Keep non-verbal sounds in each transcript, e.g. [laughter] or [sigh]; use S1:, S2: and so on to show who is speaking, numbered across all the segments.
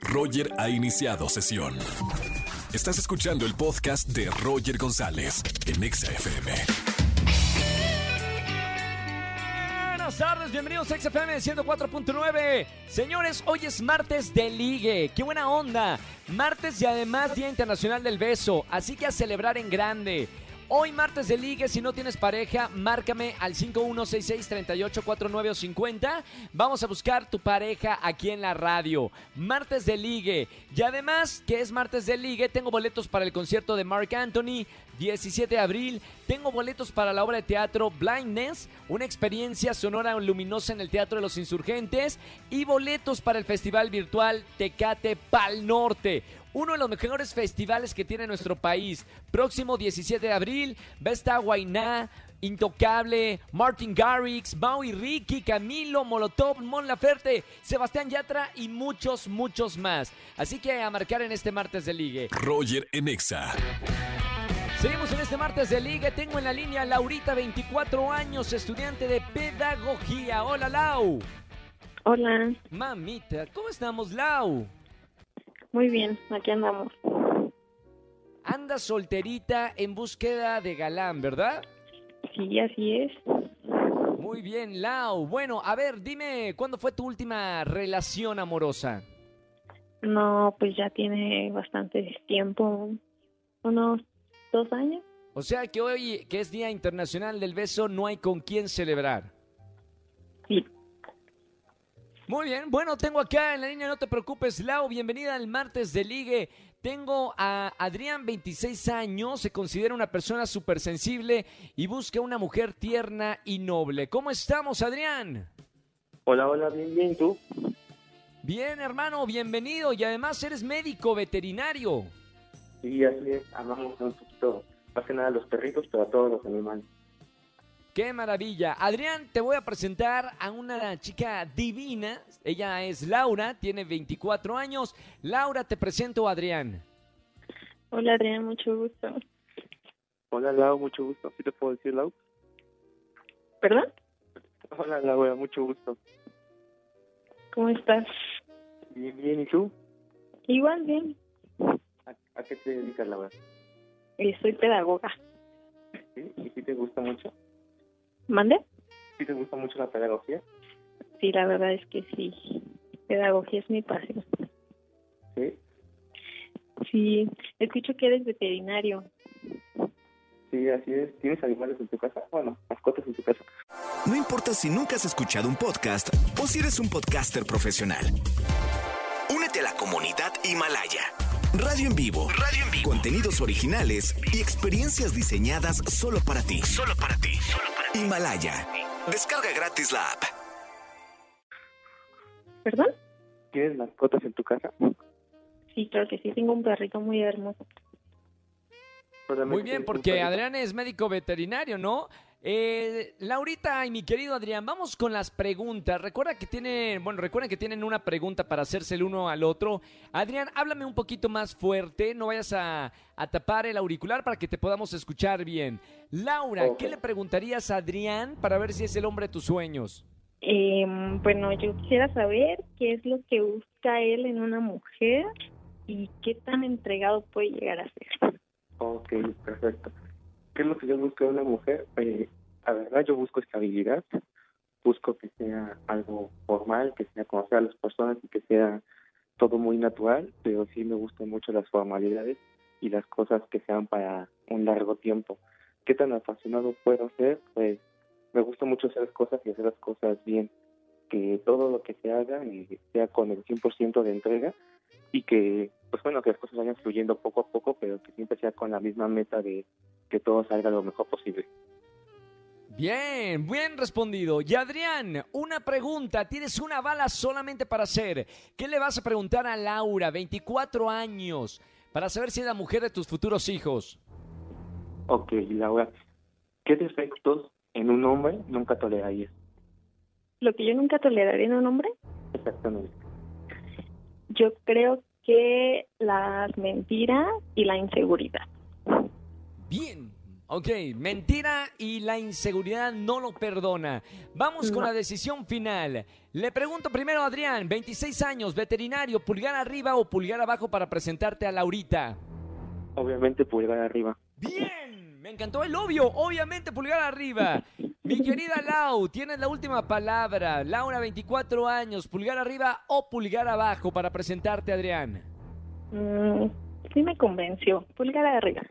S1: Roger ha iniciado sesión. Estás escuchando el podcast de Roger González en Exa FM.
S2: Buenas tardes, bienvenidos a XFM 104.9. Señores, hoy es martes de ligue. ¡Qué buena onda! Martes y además Día Internacional del Beso, así que a celebrar en grande. Hoy martes de ligue, si no tienes pareja, márcame al 51663849 o 50. Vamos a buscar tu pareja aquí en la radio. Martes de ligue. Y además que es martes de ligue, tengo boletos para el concierto de Mark Anthony, 17 de abril. Tengo boletos para la obra de teatro Blindness, una experiencia sonora luminosa en el Teatro de los Insurgentes. Y boletos para el festival virtual Tecate Pal Norte uno de los mejores festivales que tiene nuestro país. Próximo 17 de abril va a estar Guainá, Intocable, Martin Garrix, Maui Ricky, Camilo, Molotov, Mon Laferte, Sebastián Yatra y muchos, muchos más. Así que a marcar en este martes de ligue.
S1: Roger en Exa.
S2: Seguimos en este martes de ligue. Tengo en la línea a Laurita, 24 años, estudiante de pedagogía. Hola, Lau.
S3: Hola,
S2: Mamita, ¿cómo estamos, Lau?
S3: muy bien, aquí andamos.
S2: Anda solterita en búsqueda de galán, ¿verdad?
S3: Sí, así es.
S2: Muy bien, Lau. Bueno, a ver, dime, ¿cuándo fue tu última relación amorosa?
S3: No, pues ya tiene bastante tiempo, unos dos años.
S2: O sea que hoy, que es Día Internacional del Beso, no hay con quién celebrar.
S3: Sí,
S2: Muy bien, bueno, tengo acá en la línea, no te preocupes, Lau, bienvenida al martes de ligue. Tengo a Adrián, 26 años, se considera una persona súper sensible y busca una mujer tierna y noble. ¿Cómo estamos, Adrián?
S4: Hola, hola, bien, bien, ¿tú?
S2: Bien, hermano, bienvenido y además eres médico veterinario.
S4: Sí, así es, amamos un poquito, más que nada a los perritos, pero a todos los animales.
S2: ¡Qué maravilla! Adrián, te voy a presentar a una chica divina. Ella es Laura, tiene 24 años. Laura, te presento a Adrián.
S3: hola Adrián, mucho gusto.
S4: Hola, Lau, mucho gusto. ¿Sí te puedo decir, Lau?
S3: ¿Perdón?
S4: Hola, Laura, mucho gusto.
S3: ¿Cómo estás?
S4: Bien, bien, ¿y tú?
S3: Igual bien,
S4: ¿A, a qué te dedicas, Laura?
S3: eh, soy pedagoga.
S4: ¿Sí? ¿Y si te gusta mucho?
S3: ¿Mande?
S4: ¿Sí te gusta mucho la pedagogía?
S3: Sí, la verdad es que sí, pedagogía es mi pasión.
S4: Sí,
S3: Sí, escucho que eres veterinario.
S4: sí, así es. ¿Tienes animales en tu casa? Bueno, mascotas en tu casa.
S5: No importa si nunca has escuchado un podcast o si eres un podcaster profesional. Únete a la comunidad Himalaya. Radio en vivo. Radio en vivo. Contenidos originales y experiencias diseñadas solo para ti. Solo para ti. Solo para ti. Himalaya. Descarga gratis la app.
S3: ¿Perdón?
S4: ¿Tienes mascotas en tu casa?
S3: Sí, claro que sí, tengo un perrito muy hermoso.
S4: Solamente
S2: Muy bien,
S4: tienes un
S2: porque
S4: perrito.
S2: Adrián es médico veterinario, ¿no? Eh, Laurita y mi querido Adrián, vamos con las preguntas. Recuerda que tienen, bueno, recuerden que tienen una pregunta para hacerse el uno al otro. Adrián, háblame un poquito más fuerte, no vayas a, a tapar el auricular para que te podamos escuchar bien. Laura,
S4: Ok.
S2: ¿qué le preguntarías a Adrián para ver si es el hombre de tus sueños?
S3: Eh, bueno, yo quisiera saber qué es lo que busca él en una mujer y qué tan entregado puede llegar a ser.
S4: Ok, perfecto. ¿Qué es lo que yo busco de una mujer? Eh, la verdad, yo busco estabilidad, busco que sea algo formal, que sea conocer a las personas y que sea todo muy natural, pero sí me gustan mucho las formalidades y las cosas que sean para un largo tiempo. ¿Qué tan apasionado puedo ser? Pues me gusta mucho hacer las cosas y hacer las cosas bien. Que todo lo que se haga eh, sea con el 100% de entrega y que, pues bueno, que las cosas vayan fluyendo poco a poco, pero que siempre sea con la misma meta de que todo salga lo mejor posible.
S2: Bien, bien respondido. Y Adrián, una pregunta. Tienes una bala solamente para hacer. ¿Qué le vas a preguntar a Laura, 24 años, para saber si es la mujer de tus futuros hijos?
S4: Ok, Laura, ¿qué defectos en un hombre nunca tolerarías?
S3: Lo que yo nunca toleraré en un hombre,
S4: Exactamente.
S3: yo creo que las mentiras y la inseguridad.
S2: Bien. Ok, mentira y la inseguridad no lo perdona. Vamos con la decisión final. Le pregunto primero a Adrián, 26 años, veterinario, pulgar arriba o pulgar abajo para presentarte a Laurita.
S4: Obviamente pulgar arriba.
S2: Bien, me encantó el obvio, obviamente pulgar arriba. Mi querida Lau, tienes la última palabra. Laura, 24 años, pulgar arriba o pulgar abajo para presentarte a Adrián.
S3: Mm, sí me convenció. Pulgar arriba.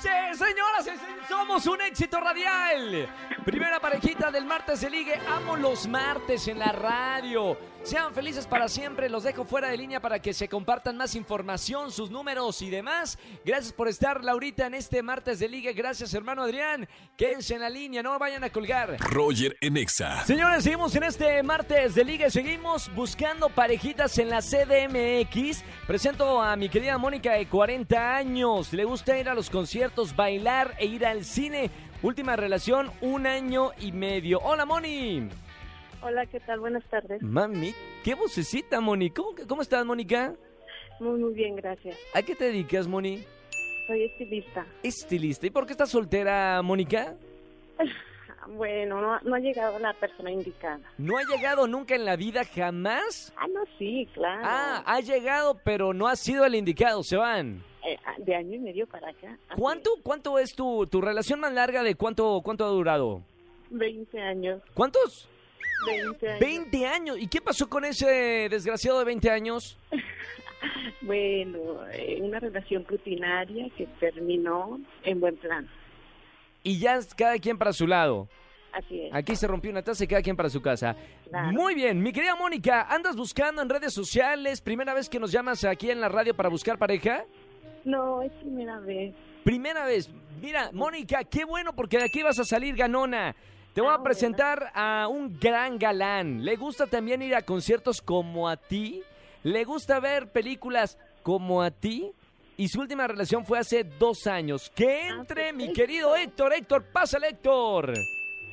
S2: Sí, señoras, sí, sí, somos un éxito radial. Primera parejita del martes de ligue. Amo los martes en la radio. Sean felices para siempre. Los dejo fuera de línea para que se compartan más información, sus números y demás. Gracias por estar, Laurita, en este martes de ligue. Gracias, hermano Adrián. Quédense en la línea, no vayan a colgar.
S1: Roger en Exa.
S2: Señores, seguimos en este martes de Liga. Seguimos buscando parejitas en la CDMX. Presento a mi querida Mónica de 40 años. Le gusta ir a los conciertos, bailar e ir al cine. Última relación, un año y medio. Hola, Moni.
S3: Hola, ¿qué tal? Buenas tardes.
S2: Mami, qué vocecita, Moni. ¿Cómo, que- cómo estás, Mónica?
S3: Muy, muy bien, gracias.
S2: ¿A qué te dedicas, Moni?
S3: Soy estilista.
S2: Estilista. ¿Y por qué estás soltera, Mónica?
S3: Bueno, no, no ha llegado la persona indicada.
S2: ¿No ha llegado nunca en la vida, jamás?
S3: Ah, no, sí, claro.
S2: Ah, ha llegado, pero no ha sido el indicado. Se van.
S3: Eh, ah, de año y medio para acá. hace
S2: ¿Cuánto, cuánto es tu, tu relación más larga de cuánto, cuánto ha durado?
S3: 20 años.
S2: ¿Cuántos?
S3: 20 años.
S2: 20 años. ¿Y qué pasó con ese desgraciado de 20 años?
S3: Bueno, eh, una relación rutinaria que terminó en buen plan.
S2: Y ya es cada quien para su lado.
S3: Así es.
S2: Aquí se rompió una taza y cada quien para su casa.
S3: Claro.
S2: Muy bien, mi querida Mónica, ¿andas buscando en redes sociales? ¿Primera vez que nos llamas aquí en la radio para buscar pareja?
S3: No, es primera vez.
S2: Primera vez. Mira, Mónica, qué bueno porque de aquí vas a salir ganona. Te voy
S3: Ah,
S2: a
S3: bueno.
S2: presentar a un gran galán. Le gusta también ir a conciertos como a ti. Le gusta ver películas como a ti. Y su última relación fue hace dos años. Que
S3: Ah,
S2: entre mi
S3: perfecto.
S2: querido Héctor. Héctor, pásale Héctor.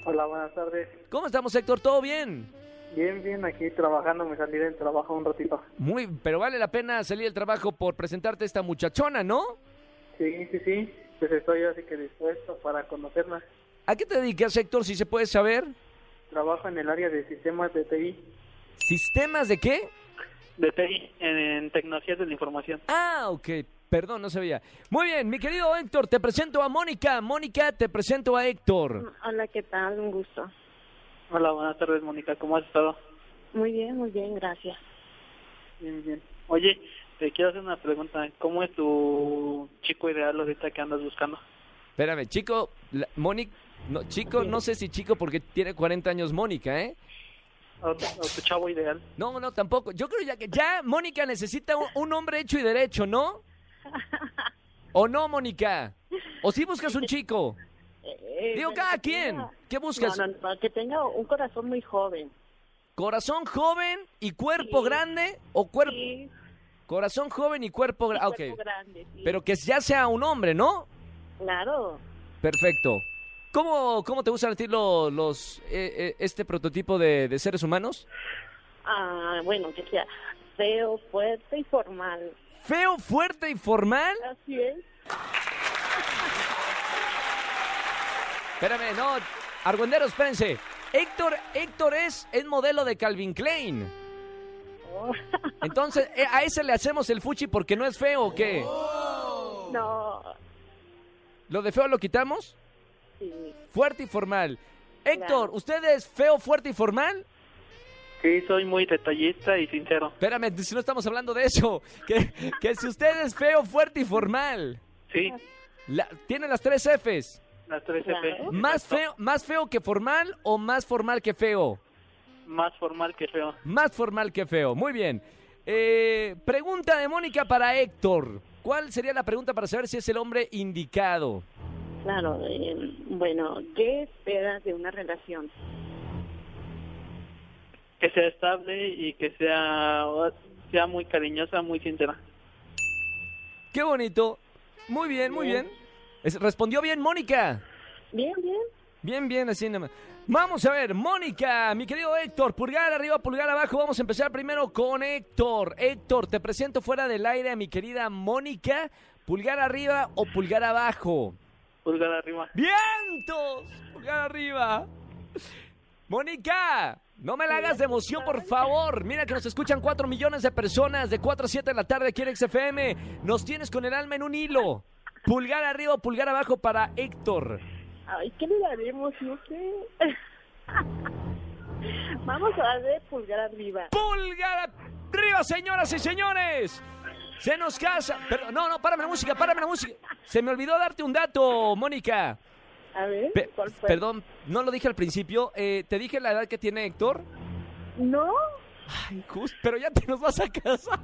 S6: Hola, buenas tardes.
S2: ¿Cómo estamos Héctor? ¿Todo bien?
S6: Bien, bien, aquí trabajando, me salí del trabajo un ratito.
S2: Muy, pero vale la pena salir del trabajo por presentarte a esta muchachona, ¿no?
S6: Sí, sí, sí, pues estoy así que dispuesto para conocerla.
S2: ¿A qué te dedicas Héctor, si se puede saber?
S6: Trabajo en el área de sistemas de TI.
S2: ¿Sistemas de qué?
S6: De TI, en, en tecnologías de la información.
S2: Ah, ok. Perdón, no sabía. Muy bien, mi querido Héctor, te presento a Mónica. Mónica, te presento a Héctor.
S3: Hola, ¿qué tal? Un gusto.
S6: Hola, buenas tardes, Mónica, ¿cómo has estado?
S3: Muy bien, muy bien, gracias.
S6: Bien, bien. Oye, te quiero hacer una pregunta. ¿Cómo es tu chico ideal ahorita que andas buscando?
S2: Espérame, chico, la- Mónica, no, chico, no sé si chico porque tiene 40 años Mónica, ¿eh?
S6: ¿O, o tu chavo ideal?
S2: No, no, tampoco. Yo creo ya que ya Mónica necesita un, un hombre hecho y derecho, ¿no? ¿O no, Mónica? ¿O si buscas un chico?
S3: Eh,
S2: Digo,
S3: bueno,
S2: cada
S3: que
S2: quien.
S3: tenga-
S2: ¿Qué buscas?
S3: No, no, no, que tenga un corazón muy joven.
S2: ¿Corazón joven y cuerpo
S3: Sí.
S2: grande o cuerpo...
S3: Sí,
S2: Corazón joven y cuerpo... gra-
S3: y
S2: ah,
S3: cuerpo
S2: ok.
S3: grande, sí.
S2: Pero que ya sea un hombre, ¿no?
S3: Claro.
S2: Perfecto. ¿Cómo, cómo te gustan a ti lo- los, eh, eh, este prototipo de, de seres humanos?
S3: Ah, bueno, que sea feo, fuerte y formal.
S2: Feo, fuerte y formal.
S3: Así es.
S2: Espérame, no. Argüenderos, espérense. Héctor, Héctor es, es modelo de Calvin Klein.
S3: Oh,
S2: Entonces, eh, a ese le hacemos el fuchi porque no es feo, ¿o qué?
S3: no,
S2: ¿Lo de feo lo quitamos?
S3: sí.
S2: Fuerte y formal. Héctor,
S3: Claro.
S2: ¿usted es feo, fuerte y formal?
S6: Sí, soy muy detallista y sincero.
S2: Espérame, si no estamos hablando de eso. [laughs] Que, que si usted es feo, fuerte y formal.
S6: Sí,
S2: La- tiene las tres Fs.
S6: las tres
S3: Claro.
S6: F.
S2: ¿Más feo, ¿Más feo que formal o más formal que feo?
S6: Más formal que feo.
S2: Más formal que feo. Muy bien. Eh, pregunta de Mónica para Héctor. ¿Cuál sería la pregunta para saber si es el hombre indicado?
S3: Claro, eh, bueno, ¿qué esperas de una relación?
S6: que sea estable y que sea sea muy cariñosa, muy sincera.
S2: Qué bonito. Muy bien, muy bien. Es- respondió bien Mónica.
S3: Bien, bien.
S2: Bien, bien, así nada más. Vamos a ver, Mónica, mi querido Héctor, pulgar arriba, pulgar abajo. Vamos a empezar primero con Héctor. Héctor, te presento fuera del aire a mi querida Mónica. Pulgar arriba o pulgar abajo.
S6: Pulgar arriba.
S2: ¡Vientos! Pulgar arriba. Mónica, no me la hagas de emoción, por favor. Mira que nos escuchan 4 millones de personas de 4 a 7 de la tarde aquí en XFM. Nos tienes con el alma en un hilo. Pulgar arriba, pulgar abajo para Héctor.
S3: Ay, ¿qué le daremos? No sé. [laughs] Vamos a darle pulgar arriba.
S2: Pulgar arriba, señoras y señores. Se nos casa. Pero, no, no, párame la música, párame la música. Se me olvidó darte un dato, Mónica.
S3: A ver,
S2: Pe-
S3: ¿cuál fue?
S2: perdón, no lo dije al principio. Eh, ¿Te dije la edad que tiene Héctor?
S3: No,
S2: Ay, Cus, pero ya te nos vas a casa.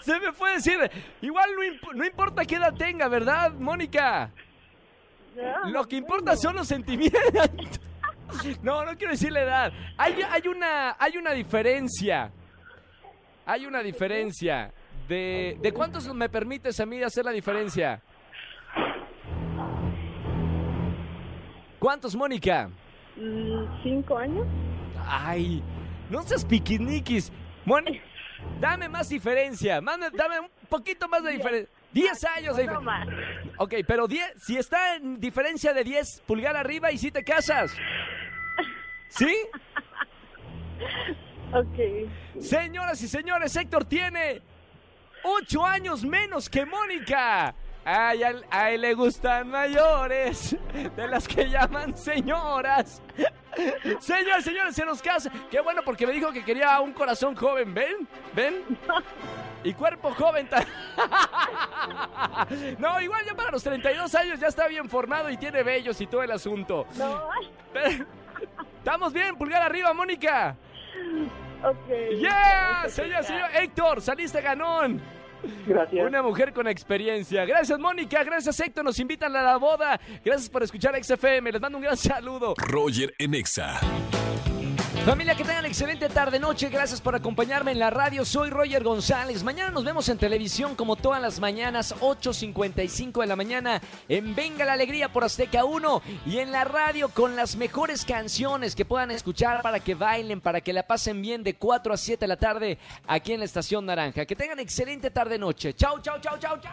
S2: Se me fue decir. Igual no, imp- no importa qué edad tenga, ¿verdad, Mónica?
S3: no.
S2: Lo que importa son los sentimientos. No, no quiero decir la edad. Hay, hay, una, hay una diferencia. Hay una diferencia. De, ¿De cuántos me permites a mí hacer la diferencia? ¿Cuántos, Mónica?
S3: Mm, ¿Cinco años?
S2: Ay, no seas piquiniquis. Bueno, dame más diferencia. más- dame un poquito más de diferencia. 10 años de
S3: Ah, No
S2: diferencia.
S3: más.
S2: Ok, pero 10, si está en diferencia de 10 pulgar arriba y si te casas. ¿Sí?
S3: Ok.
S2: Señoras y señores, Héctor tiene 8 años menos que Mónica. Ay, al- a él le gustan mayores, de las que llaman señoras. Señoras, señores, se nos casa. Qué bueno, porque me dijo que quería un corazón joven. ¿Ven? ¿Ven? Y cuerpo joven. ta- [laughs] No, igual ya para los 32 años ya está bien formado y tiene bellos y todo el asunto.
S3: No,
S2: Pero- Estamos bien, pulgar arriba, Mónica.
S3: ok.
S2: ¡Yeah! Señor, señor Héctor, saliste ganón.
S6: Gracias.
S2: Una mujer con experiencia. Gracias, Mónica. Gracias, Héctor. Nos invitan a la boda. Gracias por escuchar XFM. Les mando un gran saludo.
S1: Roger en Exa.
S2: Familia, que tengan excelente tarde-noche. Gracias por acompañarme en la radio. Soy Roger González. Mañana nos vemos en televisión como todas las mañanas, 8.55 de la mañana en Venga la Alegría por Azteca 1 y en la radio con las mejores canciones que puedan escuchar para que bailen, para que la pasen bien de 4 a 7 de la tarde aquí en la Estación Naranja. Que tengan excelente tarde-noche. Chau, chau, chau, chau, chau.